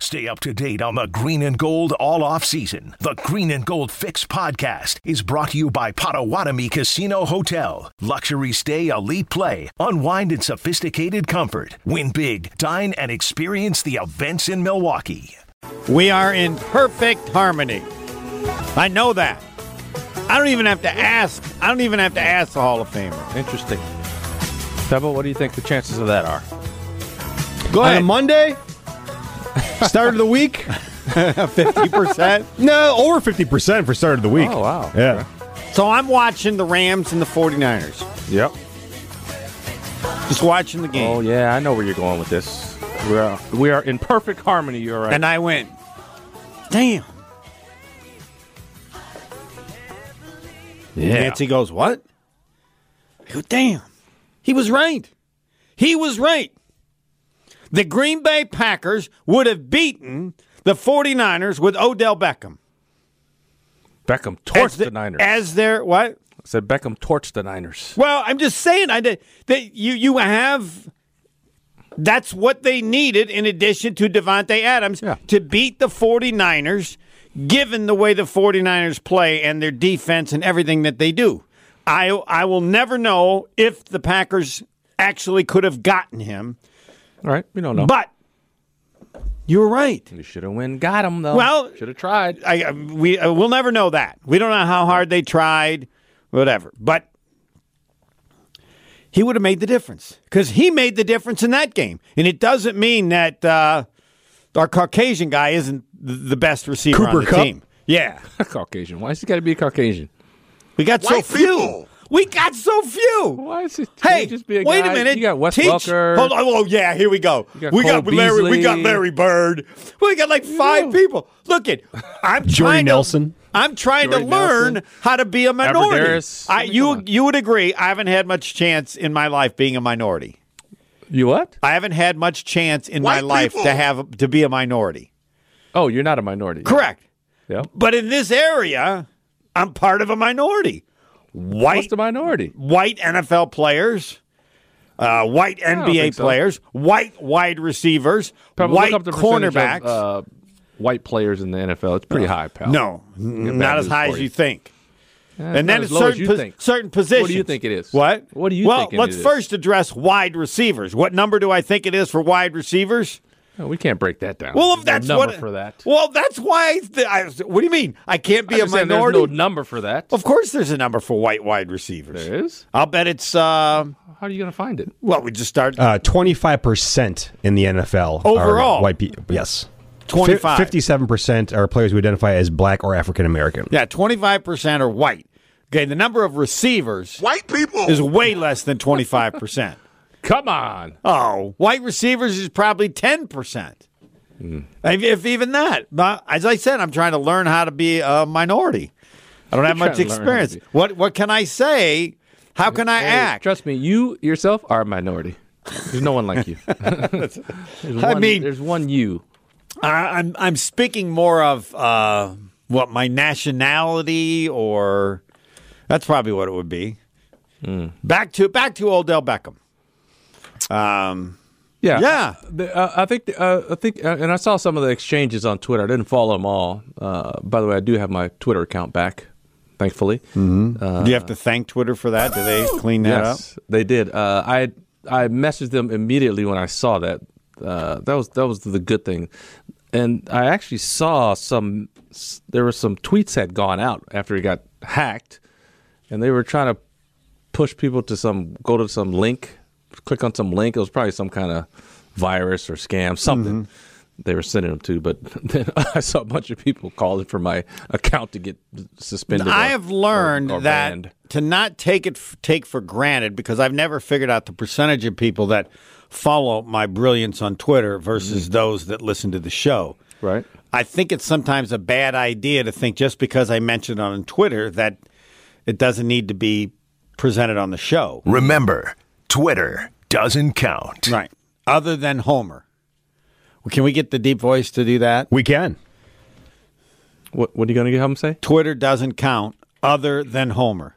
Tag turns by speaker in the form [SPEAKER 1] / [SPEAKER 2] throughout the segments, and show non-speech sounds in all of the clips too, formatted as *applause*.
[SPEAKER 1] Stay up to date on the green and gold all off season. The Green and Gold Fix podcast is brought to you by Potawatomi Casino Hotel. Luxury stay, elite play, unwind in sophisticated comfort. Win big, dine, and experience the events in Milwaukee.
[SPEAKER 2] We are in perfect harmony. I know that. I don't even have to ask. I don't even have to ask the Hall of Famer.
[SPEAKER 3] Interesting. Pebble, what do you think the chances of that are?
[SPEAKER 2] Go
[SPEAKER 4] on
[SPEAKER 2] ahead.
[SPEAKER 4] a Monday, start of
[SPEAKER 3] *laughs*
[SPEAKER 4] the week.
[SPEAKER 2] Fifty percent.
[SPEAKER 4] No, over fifty percent for start of the week.
[SPEAKER 3] Oh, wow.
[SPEAKER 4] Yeah,
[SPEAKER 2] So I'm watching the Rams and the 49ers.
[SPEAKER 3] Yep.
[SPEAKER 2] Just watching the game.
[SPEAKER 3] Oh yeah, I know where you're going with this. We are we are in perfect harmony. You're right.
[SPEAKER 2] And I went, damn.
[SPEAKER 3] yeah.
[SPEAKER 2] Nancy goes, what? I go, damn. He was right. He was right. The Green Bay Packers would have beaten the 49ers with Odell Beckham.
[SPEAKER 3] Beckham torched
[SPEAKER 2] As
[SPEAKER 3] the,
[SPEAKER 2] the-
[SPEAKER 3] Niners.
[SPEAKER 2] As their what?
[SPEAKER 3] Said Beckham torched the Niners.
[SPEAKER 2] Well, I'm just saying I did, that you you have that's what they needed in addition to Devontae Adams
[SPEAKER 3] Yeah.
[SPEAKER 2] to beat the 49ers given the way the 49ers play and their defense and everything that they do. I I will never know if the Packers actually could have gotten him,
[SPEAKER 3] All right, we don't know.
[SPEAKER 2] but you're right.
[SPEAKER 3] you should have win. Got him though.
[SPEAKER 2] Well-
[SPEAKER 3] should have tried.
[SPEAKER 2] I I- we uh, we'll never know that. We don't know how hard they tried, whatever. But he would have made the difference because he made the difference in that game. And it doesn't mean that uh, our Caucasian guy isn't th- the best receiver on
[SPEAKER 4] Cooper
[SPEAKER 2] the
[SPEAKER 4] Kupp?
[SPEAKER 2] team. Yeah,
[SPEAKER 3] Caucasian. Why's he got to be Caucasian?
[SPEAKER 2] we got so few. We got so few.
[SPEAKER 3] Why is it? can't
[SPEAKER 2] Hey,
[SPEAKER 3] he just be a
[SPEAKER 2] wait
[SPEAKER 3] guy?
[SPEAKER 2] a minute.
[SPEAKER 3] You got Wes
[SPEAKER 2] Teach-
[SPEAKER 3] Welker.
[SPEAKER 2] Hold on. Oh yeah, here we go.
[SPEAKER 3] got
[SPEAKER 2] we got
[SPEAKER 3] Cole
[SPEAKER 2] Larry. We got
[SPEAKER 3] Beasley.
[SPEAKER 2] Larry Bird. We got like five people. Look at. I'm
[SPEAKER 4] Jordy
[SPEAKER 2] trying to-
[SPEAKER 4] Nelson.
[SPEAKER 2] I'm trying
[SPEAKER 3] Jordy
[SPEAKER 2] to learn
[SPEAKER 3] Nelson.
[SPEAKER 2] how to be a minority.
[SPEAKER 3] Aberderis.
[SPEAKER 2] I,
[SPEAKER 3] I mean, come
[SPEAKER 2] you
[SPEAKER 3] on.
[SPEAKER 2] you would agree. I haven't had much chance in my life being a minority.
[SPEAKER 3] You what?
[SPEAKER 2] I haven't had much chance in my
[SPEAKER 5] White
[SPEAKER 2] life
[SPEAKER 5] people.
[SPEAKER 2] to have to be a minority.
[SPEAKER 3] Oh, you're not a minority.
[SPEAKER 2] Correct.
[SPEAKER 3] Yep.
[SPEAKER 2] But in this area, I'm part of a minority.
[SPEAKER 3] What's
[SPEAKER 2] White
[SPEAKER 3] the minority?
[SPEAKER 2] white NFL players, uh, white
[SPEAKER 3] don't think
[SPEAKER 2] NBA
[SPEAKER 3] so.
[SPEAKER 2] players, white wide receivers,
[SPEAKER 3] Pebble,
[SPEAKER 2] white
[SPEAKER 3] look up the percentage
[SPEAKER 2] cornerbacks.
[SPEAKER 3] Of, uh, white players in the NFL. It's pretty high, pal.
[SPEAKER 2] no, n-
[SPEAKER 3] bad
[SPEAKER 2] not as
[SPEAKER 3] news
[SPEAKER 2] high
[SPEAKER 3] for
[SPEAKER 2] as
[SPEAKER 3] you.
[SPEAKER 2] you
[SPEAKER 3] *laughs*
[SPEAKER 2] think.
[SPEAKER 3] Yeah, it's
[SPEAKER 2] And
[SPEAKER 3] not
[SPEAKER 2] then
[SPEAKER 3] as
[SPEAKER 2] it's
[SPEAKER 3] low as
[SPEAKER 2] certain
[SPEAKER 3] you
[SPEAKER 2] pos-
[SPEAKER 3] think.
[SPEAKER 2] certain positions.
[SPEAKER 3] think it is?
[SPEAKER 2] What?
[SPEAKER 3] What do you
[SPEAKER 2] well,
[SPEAKER 3] think it
[SPEAKER 2] let's
[SPEAKER 3] is?
[SPEAKER 2] first address wide receivers. What number do I think it is for wide receivers?
[SPEAKER 3] No, we can't break that down.
[SPEAKER 2] Well,
[SPEAKER 3] There's
[SPEAKER 2] if that's
[SPEAKER 3] no number
[SPEAKER 2] what
[SPEAKER 3] for that.
[SPEAKER 2] Well, that's why. th- I, what do you mean? I can't be
[SPEAKER 3] I
[SPEAKER 2] a
[SPEAKER 3] understand
[SPEAKER 2] minority. Oh.
[SPEAKER 3] There's no number for that.
[SPEAKER 2] of course, there's a number for white wide receivers.
[SPEAKER 3] There is.
[SPEAKER 2] I'll bet it's. Uh,
[SPEAKER 3] How are you going to find it?
[SPEAKER 2] well, we just start
[SPEAKER 4] Uh, twenty-five percent in the NFL are
[SPEAKER 2] Overall?
[SPEAKER 4] White people, yes,
[SPEAKER 2] 25.
[SPEAKER 4] Fifty-seven percent are players who identify as black or African American.
[SPEAKER 2] Yeah, 25% are white. Okay, the number of receivers
[SPEAKER 5] White people.
[SPEAKER 2] is way less than
[SPEAKER 3] *laughs*
[SPEAKER 2] 25%.
[SPEAKER 3] Come on.
[SPEAKER 2] oh, white receivers is probably 10%.
[SPEAKER 3] Hmm.
[SPEAKER 2] If, if even that. But as I said, I'm trying to learn how to be a minority. I don't have
[SPEAKER 3] You're
[SPEAKER 2] much
[SPEAKER 3] trying to learn how to
[SPEAKER 2] experience.
[SPEAKER 3] be-
[SPEAKER 2] What what can I say? How can I
[SPEAKER 3] Hey,
[SPEAKER 2] act?
[SPEAKER 3] Trust me, you yourself are a minority. There's no
[SPEAKER 2] *laughs*
[SPEAKER 3] one like you. *laughs* There's one-
[SPEAKER 2] mean-
[SPEAKER 3] there's one you.
[SPEAKER 2] I, I'm I'm speaking more of uh, what my nationality or that's probably what it would be.
[SPEAKER 3] Hmm.
[SPEAKER 2] Back to back to Odell Beckham. Um,
[SPEAKER 3] Yeah,
[SPEAKER 2] Yeah.
[SPEAKER 3] The, uh, I think. Uh, I think, uh, and I saw some of the exchanges on Twitter. I didn't follow them all. Uh, by the way, I do have my Twitter account back, thankfully.
[SPEAKER 2] Hmm. do you have to thank Twitter for that? Do they clean that up?
[SPEAKER 3] Yes, they did. Uh, I I messaged them immediately when I saw that. Uh, that was that was the good thing, and I actually saw some. s- There were some tweets had gone out after he got hacked, and they were trying to push people to some go to some link, click on some link. It was probably some kind of virus or scam, something.
[SPEAKER 2] Mm-hmm.
[SPEAKER 3] They were sending them to, but *laughs* then I saw a bunch of people calling for my account to get suspended.
[SPEAKER 2] I
[SPEAKER 3] or-
[SPEAKER 2] have learned
[SPEAKER 3] or- or
[SPEAKER 2] that
[SPEAKER 3] banned.
[SPEAKER 2] to not take it f- take for granted because I've never figured out the percentage of people that follow my brilliance on Twitter versus those that listen to the show.
[SPEAKER 3] right.
[SPEAKER 2] I think it's sometimes a bad idea to think just because I mentioned on Twitter that it doesn't need to be presented on the show.
[SPEAKER 1] Remember, Twitter doesn't count.
[SPEAKER 2] Right. Other than Homer. Well, can we get the deep voice to do that?
[SPEAKER 4] We can.
[SPEAKER 3] What What are you going to have them say?
[SPEAKER 2] Twitter doesn't count other than Homer.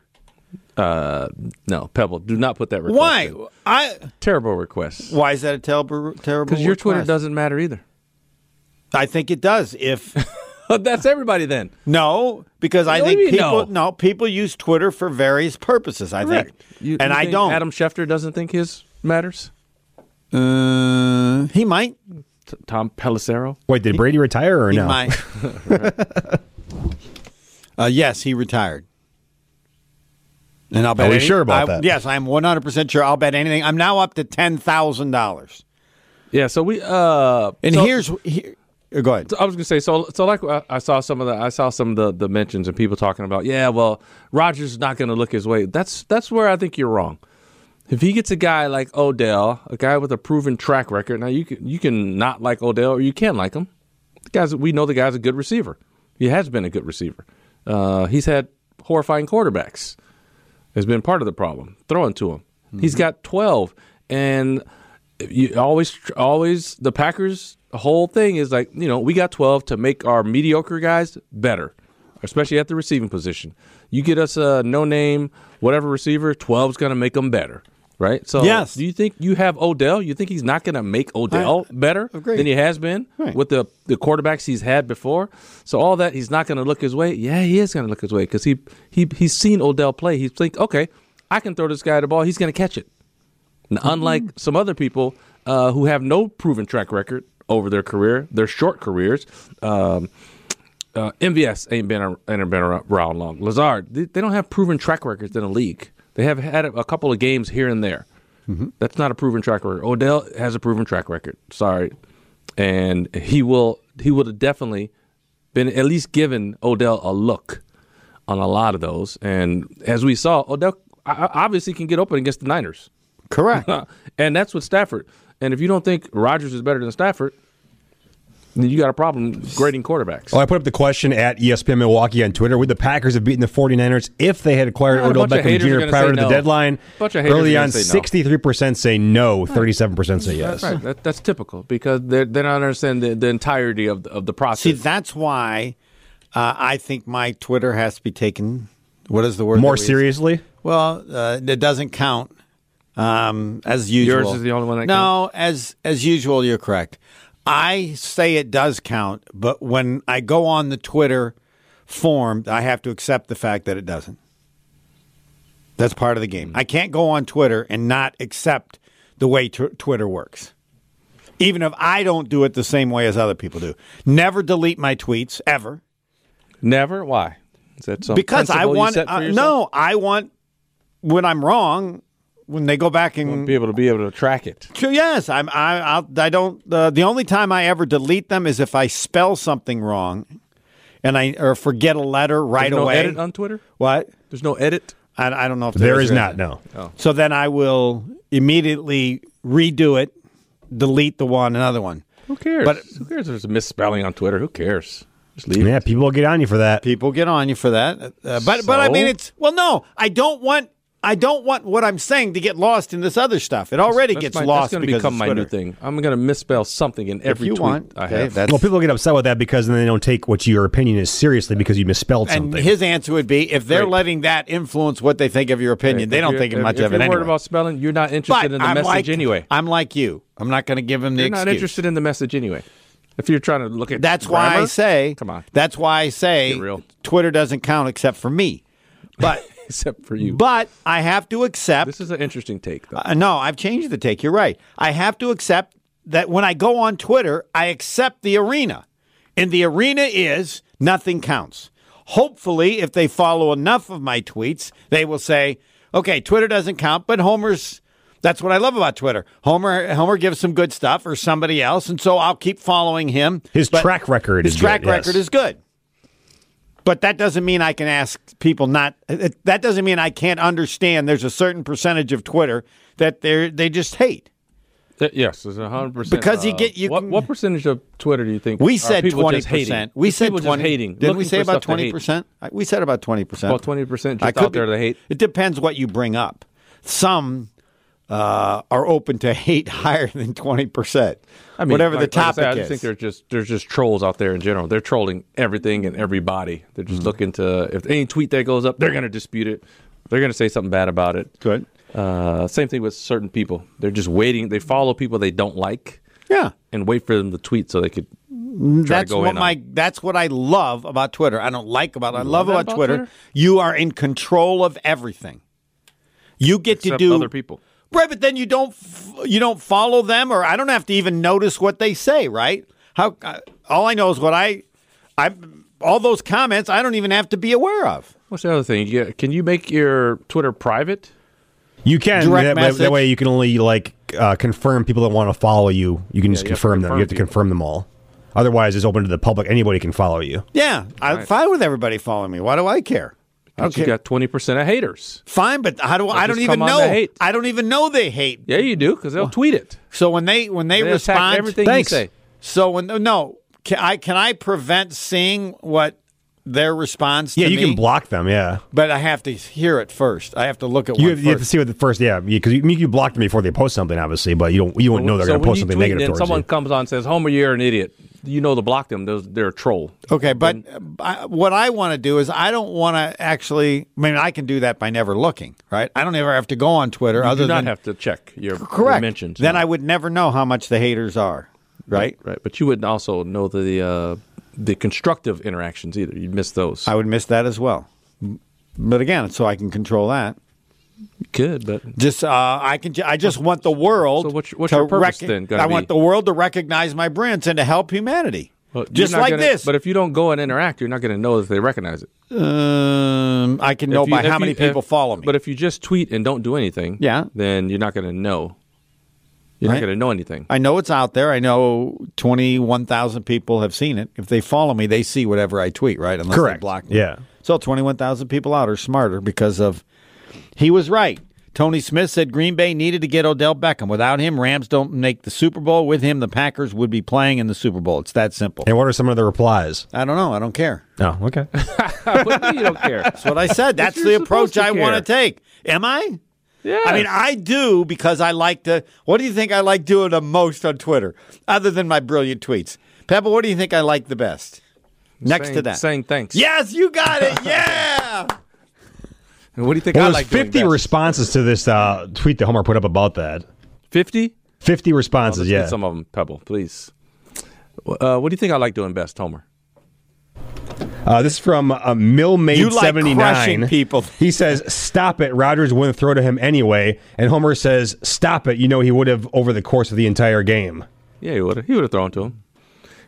[SPEAKER 3] Uh, No, Pebble, do not put that request.
[SPEAKER 2] Why?
[SPEAKER 3] in.
[SPEAKER 2] I
[SPEAKER 3] Terrible request.
[SPEAKER 2] why is that a terrible terrible
[SPEAKER 3] Because your Twitter
[SPEAKER 2] request?
[SPEAKER 3] doesn't matter either.
[SPEAKER 2] I think it does. If
[SPEAKER 3] *laughs* That's everybody then.
[SPEAKER 2] no, because I
[SPEAKER 3] What do
[SPEAKER 2] think
[SPEAKER 3] you mean,
[SPEAKER 2] people
[SPEAKER 3] no?
[SPEAKER 2] people use Twitter for various purposes. I think,
[SPEAKER 3] You,
[SPEAKER 2] and
[SPEAKER 3] you
[SPEAKER 2] I
[SPEAKER 3] think
[SPEAKER 2] don't.
[SPEAKER 3] Adam Schefter doesn't think his matters.
[SPEAKER 2] Uh, he might.
[SPEAKER 3] T- Tom Pelissero.
[SPEAKER 4] Wait, did Brady retire or
[SPEAKER 2] He
[SPEAKER 4] no? *laughs*
[SPEAKER 2] might. uh, yes, he retired. And I'll bet
[SPEAKER 4] we
[SPEAKER 2] any-
[SPEAKER 4] sure about
[SPEAKER 2] I-
[SPEAKER 4] that?
[SPEAKER 2] Yes, I'm 100 percent sure. I'll bet anything. I'm now up to ten thousand dollars.
[SPEAKER 3] Yeah. So we. Uh,
[SPEAKER 2] And
[SPEAKER 3] so-
[SPEAKER 2] here's here, uh, go ahead.
[SPEAKER 3] I was gonna say so. So like uh, I- I saw some of the I saw some of the, the mentions and people talking about yeah, well, Rogers is not gonna look his way. That's that's where I think you're wrong. If he gets a guy like Odell, a guy with a proven track record, now you can you can not like Odell or you can like him. The guys we know the guy's a good receiver. He has been a good receiver. Uh, he's had horrifying quarterbacks. Has been part of the problem throwing to him. He's got twelve and you always always the Packers whole thing is like, you know, we got 12 to make our mediocre guys better, especially at the receiving position. You get us a no name whatever receiver, 12's going to make them better. Right? So
[SPEAKER 2] Yes.
[SPEAKER 3] do you think you have Odell? You think he's not going to make Odell better
[SPEAKER 2] agree.
[SPEAKER 3] than he has been
[SPEAKER 2] Right.
[SPEAKER 3] with the the quarterbacks he's had before? So all that he's not going to look his way. Yeah, he is going to look his way cuz he he he's seen Odell play. He's think, "Okay, I can throw this guy the ball. He's going to catch it." N- Unlike some other people uh, who have no proven track record over their career, their short careers, um, uh, MVS ain't been, a, ain't been around long. Lazard, they, they don't have proven track records in the league. They have had a, a couple of games here and there. That's not a proven track record. Odell has a proven track record. Sorry, and he will he would have definitely been at least given Odell a look on a lot of those. And as we saw, Odell o- o- obviously can get open against the Niners. *laughs* Uh,
[SPEAKER 2] Correct.
[SPEAKER 3] and that's with Stafford. And if you don't think Rodgers is better than Stafford, then you got a problem grading quarterbacks.
[SPEAKER 4] Well, Oh, I put up the question at E ESPN Milwaukee on Twitter. Would the Packers have beaten the 49ers if they had acquired
[SPEAKER 3] Yeah, a
[SPEAKER 4] Odell
[SPEAKER 3] bunch of
[SPEAKER 4] Beckham
[SPEAKER 3] haters are
[SPEAKER 4] Jr.
[SPEAKER 3] gonna
[SPEAKER 4] prior
[SPEAKER 3] say
[SPEAKER 4] to the
[SPEAKER 3] no.
[SPEAKER 4] deadline?
[SPEAKER 3] Bunch of haters are
[SPEAKER 4] Early
[SPEAKER 3] gonna
[SPEAKER 4] on,
[SPEAKER 3] say no.
[SPEAKER 4] 63% say no, 37% say yes.
[SPEAKER 3] That's right. That, that's typical because they're, they don't understand the, the entirety of the, of the process.
[SPEAKER 2] See, that's why uh, I think my Twitter has to be taken. What is the word?
[SPEAKER 4] More
[SPEAKER 2] that we use?
[SPEAKER 4] seriously,
[SPEAKER 2] Well, uh, it doesn't count. Um, as usual,
[SPEAKER 3] is the only one that
[SPEAKER 2] no, as as usual, you're correct. I say it does count, but when I go on the Twitter form, I have to accept the fact that it doesn't. That's part of the
[SPEAKER 3] Hmm.
[SPEAKER 2] game. I can't go on Twitter and not accept the way tw- Twitter works, even if I don't do it the same way as other people do. Never delete my tweets ever
[SPEAKER 3] Never. Why? Is that some
[SPEAKER 2] because I
[SPEAKER 3] principle you
[SPEAKER 2] want
[SPEAKER 3] set for
[SPEAKER 2] uh,
[SPEAKER 3] yourself?
[SPEAKER 2] no, I want when I'm wrong, when they go back and
[SPEAKER 3] Be able to be able to track it.
[SPEAKER 2] Sure, yes, I'm I I'll, I don't uh, the only time I ever delete them is if I spell something wrong, and I or forget a letter right
[SPEAKER 3] There's no
[SPEAKER 2] away.
[SPEAKER 3] edit on Twitter.
[SPEAKER 2] what?
[SPEAKER 3] There's no edit.
[SPEAKER 2] I, I don't know if
[SPEAKER 4] there
[SPEAKER 2] or
[SPEAKER 4] is not, no.
[SPEAKER 2] So then I will immediately redo it, delete the one, another one.
[SPEAKER 3] Who cares?
[SPEAKER 2] But-
[SPEAKER 3] who cares? If there's a misspelling on Twitter. Who cares? Just leave. it.
[SPEAKER 4] Yeah, people will get on you for that.
[SPEAKER 2] people get on you for that. Uh, but but I
[SPEAKER 3] So?
[SPEAKER 2] mean it's well no, I don't want I don't want what I'm saying to get lost in this other stuff. It already
[SPEAKER 3] That's
[SPEAKER 2] gets
[SPEAKER 3] my-
[SPEAKER 2] lost
[SPEAKER 3] That's going to
[SPEAKER 2] because
[SPEAKER 3] become
[SPEAKER 2] of
[SPEAKER 3] my new
[SPEAKER 2] Twitter.
[SPEAKER 3] thing. I'm going to misspell something in
[SPEAKER 2] If
[SPEAKER 3] every
[SPEAKER 2] you
[SPEAKER 3] tweet
[SPEAKER 2] want,
[SPEAKER 3] I
[SPEAKER 2] okay,
[SPEAKER 3] have.
[SPEAKER 2] that's
[SPEAKER 4] Well, people get upset with that because then they don't take what your opinion is seriously because you misspelled
[SPEAKER 2] and
[SPEAKER 4] something.
[SPEAKER 2] his answer would be if they're
[SPEAKER 3] Great.
[SPEAKER 2] letting that influence what they think of your opinion, they
[SPEAKER 3] If
[SPEAKER 2] don't
[SPEAKER 3] you're-
[SPEAKER 2] think
[SPEAKER 3] if-
[SPEAKER 2] much
[SPEAKER 3] if
[SPEAKER 2] of it
[SPEAKER 3] you're worried
[SPEAKER 2] anyway.
[SPEAKER 3] about spelling. You're not interested
[SPEAKER 2] but
[SPEAKER 3] in the
[SPEAKER 2] I'm
[SPEAKER 3] message
[SPEAKER 2] like,
[SPEAKER 3] anyway.
[SPEAKER 2] I'm like you. I'm not going to give him the
[SPEAKER 3] You're
[SPEAKER 2] excuse.
[SPEAKER 3] not interested in the message anyway. If you're trying to look at
[SPEAKER 2] That's why I
[SPEAKER 3] grammar,
[SPEAKER 2] say.
[SPEAKER 3] come on,
[SPEAKER 2] That's why I say
[SPEAKER 3] Get real.
[SPEAKER 2] Twitter doesn't count except for me. But *laughs*
[SPEAKER 3] except for you.
[SPEAKER 2] but I have to accept
[SPEAKER 3] this is an interesting take, though.
[SPEAKER 2] Uh, no, I've changed the take. You're right. I have to accept that when I go on Twitter, I accept the arena. And the arena is nothing counts. Hopefully, if they follow enough of my tweets, they will say, okay, Twitter doesn't count, but Homer's. That's what I love about Twitter. Homer Homer gives some good stuff or somebody else, and so I'll keep following him.
[SPEAKER 4] His
[SPEAKER 2] But
[SPEAKER 4] track record
[SPEAKER 2] his
[SPEAKER 4] is
[SPEAKER 2] track
[SPEAKER 4] good, yes.
[SPEAKER 2] record is good. But that doesn't mean I can ask people not. it- That doesn't mean I can't understand. There's a certain percentage of Twitter that they they just hate.
[SPEAKER 3] Uh, yes, it's hundred percent. uh,
[SPEAKER 2] Because you get- you
[SPEAKER 3] what,
[SPEAKER 2] can-
[SPEAKER 3] what percentage of Twitter do you think
[SPEAKER 2] We
[SPEAKER 3] are
[SPEAKER 2] said
[SPEAKER 3] people
[SPEAKER 2] twenty
[SPEAKER 3] just hating?
[SPEAKER 2] percent. We
[SPEAKER 3] It's
[SPEAKER 2] said
[SPEAKER 3] people
[SPEAKER 2] 20,
[SPEAKER 3] just hating.
[SPEAKER 2] Didn't we
[SPEAKER 3] looking
[SPEAKER 2] say
[SPEAKER 3] for
[SPEAKER 2] about
[SPEAKER 3] stuff to hate.
[SPEAKER 2] twenty percent? We said about twenty percent.
[SPEAKER 3] About 20% just
[SPEAKER 2] I could
[SPEAKER 3] out there
[SPEAKER 2] be-
[SPEAKER 3] to hate.
[SPEAKER 2] It depends what you bring up. Some uh, are open to *laughs* hate higher than twenty percent.
[SPEAKER 3] I mean,
[SPEAKER 2] whatever the
[SPEAKER 3] like- like I
[SPEAKER 2] topic
[SPEAKER 3] said, I,
[SPEAKER 2] is.
[SPEAKER 3] just think there's just there's just trolls out there in general. They're trolling everything and everybody. They're just looking to if any tweet that goes up, they're going to dispute it. They're going to say something bad about it.
[SPEAKER 2] Good.
[SPEAKER 3] Uh, same thing with certain people. They're just waiting. They follow people they don't like
[SPEAKER 2] yeah.
[SPEAKER 3] and wait for them to tweet so they could try
[SPEAKER 2] that's
[SPEAKER 3] to go
[SPEAKER 2] what
[SPEAKER 3] in on.
[SPEAKER 2] my that's what I love about Twitter. I don't like about I love
[SPEAKER 3] that
[SPEAKER 2] about,
[SPEAKER 3] about
[SPEAKER 2] Twitter.
[SPEAKER 3] Twitter?
[SPEAKER 2] You are in control of everything. You get
[SPEAKER 3] Except
[SPEAKER 2] to do
[SPEAKER 3] other people.
[SPEAKER 2] right? But then you don't f- you don't follow them, or I don't have to even notice what they say, right? How uh, all I know is what I I all those comments I don't even have to be aware of.
[SPEAKER 3] What's the other thing? You, can you make your Twitter private?
[SPEAKER 4] You can
[SPEAKER 2] Direct
[SPEAKER 4] that, way-
[SPEAKER 2] message.
[SPEAKER 4] that way you can only like uh, confirm people that want to follow you. You can just
[SPEAKER 3] you have to
[SPEAKER 4] confirm them. You
[SPEAKER 3] confirm
[SPEAKER 4] have to
[SPEAKER 3] people.
[SPEAKER 4] confirm them all. Otherwise, it's open to the public. Anybody can follow you.
[SPEAKER 2] Yeah, I'm fine with everybody following me. Why do I care?
[SPEAKER 3] But You got twenty percent of haters.
[SPEAKER 2] Fine, but how do I don't
[SPEAKER 3] just
[SPEAKER 2] even
[SPEAKER 3] come on
[SPEAKER 2] know?
[SPEAKER 3] the hate.
[SPEAKER 2] I don't even know they hate.
[SPEAKER 3] Yeah, you do because they'll tweet it.
[SPEAKER 2] So when they when they,
[SPEAKER 3] They attack
[SPEAKER 2] respond,
[SPEAKER 3] everything
[SPEAKER 4] Thanks.
[SPEAKER 3] you say.
[SPEAKER 2] So when no, can I can I prevent seeing what their response?
[SPEAKER 4] Yeah,
[SPEAKER 2] to
[SPEAKER 4] you
[SPEAKER 2] me?
[SPEAKER 4] can block them. Yeah,
[SPEAKER 2] but I have to hear it first. I have to look at
[SPEAKER 4] you
[SPEAKER 2] one
[SPEAKER 4] have, you have to
[SPEAKER 2] first.
[SPEAKER 4] see what the first. Yeah, because you, you can block them before they post something, obviously. But you don't. You don't know they're
[SPEAKER 3] so
[SPEAKER 4] going to
[SPEAKER 3] when
[SPEAKER 4] post
[SPEAKER 3] you
[SPEAKER 4] something
[SPEAKER 3] tweet
[SPEAKER 4] negative
[SPEAKER 3] and
[SPEAKER 4] towards
[SPEAKER 3] someone
[SPEAKER 4] you.
[SPEAKER 3] comes on and says, "Homer, you're an idiot." You know to block them. Those they're a troll.
[SPEAKER 2] Okay, but I, what I want to do is I don't want to actually. I mean, I can do that by never looking. Right? I don't ever have to go on Twitter.
[SPEAKER 3] You
[SPEAKER 2] other
[SPEAKER 3] do not
[SPEAKER 2] than
[SPEAKER 3] have to check your
[SPEAKER 2] correct.
[SPEAKER 3] your mentions.
[SPEAKER 2] Then I would never know how much the haters are. Right?
[SPEAKER 3] right, but you wouldn't also know the uh, the constructive interactions either. You'd miss those.
[SPEAKER 2] I would miss that as well. But again, so I can control that.
[SPEAKER 3] You could, but
[SPEAKER 2] Just uh, I can. ju- I just want the world.
[SPEAKER 3] So what's your- what's
[SPEAKER 2] to
[SPEAKER 3] your purpose then gonna
[SPEAKER 2] I want
[SPEAKER 3] be?
[SPEAKER 2] the world to recognize my brilliance and to help humanity.
[SPEAKER 3] well, you're
[SPEAKER 2] just
[SPEAKER 3] not
[SPEAKER 2] like
[SPEAKER 3] gonna-
[SPEAKER 2] this.
[SPEAKER 3] But if you don't go and interact, you're not going to know that they recognize it.
[SPEAKER 2] um, I can know
[SPEAKER 3] If you-
[SPEAKER 2] by
[SPEAKER 3] if
[SPEAKER 2] how
[SPEAKER 3] you-
[SPEAKER 2] many people
[SPEAKER 3] if-
[SPEAKER 2] follow me.
[SPEAKER 3] But if you just tweet and don't do anything,
[SPEAKER 2] Yeah.
[SPEAKER 3] then you're not going to know. You're
[SPEAKER 2] Right.
[SPEAKER 3] not going to
[SPEAKER 2] *laughs*
[SPEAKER 3] know anything.
[SPEAKER 2] I know it's out there. I know twenty one thousand people have seen it. If they follow me, they see whatever I tweet. Right? Unless
[SPEAKER 4] Correct.
[SPEAKER 2] They block me.
[SPEAKER 4] Yeah.
[SPEAKER 2] So twenty one thousand people out are smarter because of. He was right. Tony Smith said Green Bay needed to get Odell Beckham. Without him, Rams don't make the Super Bowl. With him, the Packers would be playing in the Super Bowl. It's that simple.
[SPEAKER 4] And what are some of the replies?
[SPEAKER 2] I don't know. I don't care.
[SPEAKER 4] Oh,
[SPEAKER 3] *laughs*
[SPEAKER 4] okay.
[SPEAKER 3] What do you mean you don't care.
[SPEAKER 2] That's
[SPEAKER 4] *laughs*
[SPEAKER 2] what I said. That's
[SPEAKER 3] you're
[SPEAKER 2] the
[SPEAKER 3] supposed
[SPEAKER 2] approach
[SPEAKER 3] to
[SPEAKER 2] I
[SPEAKER 3] care.
[SPEAKER 2] want to take. Am I?
[SPEAKER 3] Yeah.
[SPEAKER 2] I mean, I do because I like to. What do you think I like doing the most on Twitter, other than my brilliant tweets? Pebble, what do you think I like the best? Next to
[SPEAKER 3] Saying-
[SPEAKER 2] that.
[SPEAKER 3] saying thanks.
[SPEAKER 2] Yes, you got
[SPEAKER 4] *laughs*
[SPEAKER 2] it. Yeah.
[SPEAKER 3] And what do you think
[SPEAKER 4] Well,
[SPEAKER 3] I
[SPEAKER 4] there's
[SPEAKER 3] like doing
[SPEAKER 4] fifty
[SPEAKER 3] best?
[SPEAKER 4] responses to this uh, tweet that Homer put up about that.
[SPEAKER 3] 50?
[SPEAKER 4] Fifty
[SPEAKER 3] Let's
[SPEAKER 4] responses.
[SPEAKER 3] get
[SPEAKER 4] yeah.
[SPEAKER 3] some of them, Pebble, please. Uh, what do you think I like doing best, Homer?
[SPEAKER 4] Uh, this is from uh, Millmaid
[SPEAKER 2] You like
[SPEAKER 4] seventy
[SPEAKER 2] crushing
[SPEAKER 4] nine.
[SPEAKER 2] people.
[SPEAKER 4] He says, "Stop it." Rogers wouldn't throw to him anyway, and Homer says, "Stop it." You know he would have over the course of the entire game.
[SPEAKER 3] Yeah, he would have. He would have thrown to him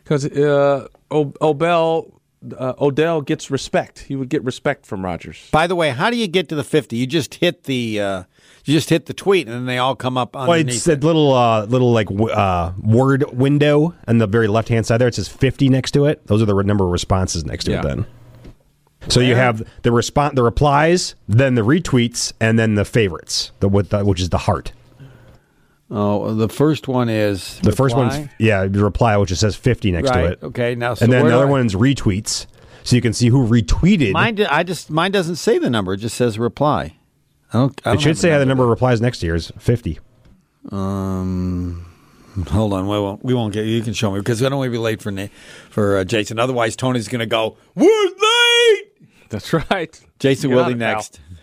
[SPEAKER 3] because uh, o- Obell, uh, Odell gets respect. He would get respect from Rogers.
[SPEAKER 2] By the way, how do you get to the fifty? You just hit the. Uh, you just hit the tweet, and then they all come up
[SPEAKER 4] Well, it's
[SPEAKER 2] underneath.
[SPEAKER 4] that little uh, little like w- uh, word window on the very left hand side there. It says fifty next to it. Those are the re- number of responses next to it.
[SPEAKER 3] Yeah.
[SPEAKER 4] Then, so you have the response, the replies, then the retweets, and then the favorites. The, with the which is the heart.
[SPEAKER 2] oh, the first one is
[SPEAKER 4] The first one's yeah, the reply which it says fifty next to
[SPEAKER 2] Right,
[SPEAKER 4] it.
[SPEAKER 2] okay, now, so
[SPEAKER 4] and then
[SPEAKER 2] where
[SPEAKER 4] the
[SPEAKER 2] do
[SPEAKER 4] other
[SPEAKER 2] I-
[SPEAKER 4] one's retweets, so you can see who retweeted.
[SPEAKER 2] Mine, di- I just mine doesn't say the number; it just says reply. I don't. I
[SPEAKER 4] it
[SPEAKER 2] don't
[SPEAKER 4] should
[SPEAKER 2] have
[SPEAKER 4] say how the number of replies next to yours fifty.
[SPEAKER 2] Um, Hold on, we won't. We won't get. You can show me because I don't want to be late for Na- for uh, Jason. Otherwise, Tony's going to go. We're late.
[SPEAKER 3] That's right.
[SPEAKER 2] Jason
[SPEAKER 3] Get on
[SPEAKER 2] Wilde
[SPEAKER 3] it, pal.
[SPEAKER 2] next.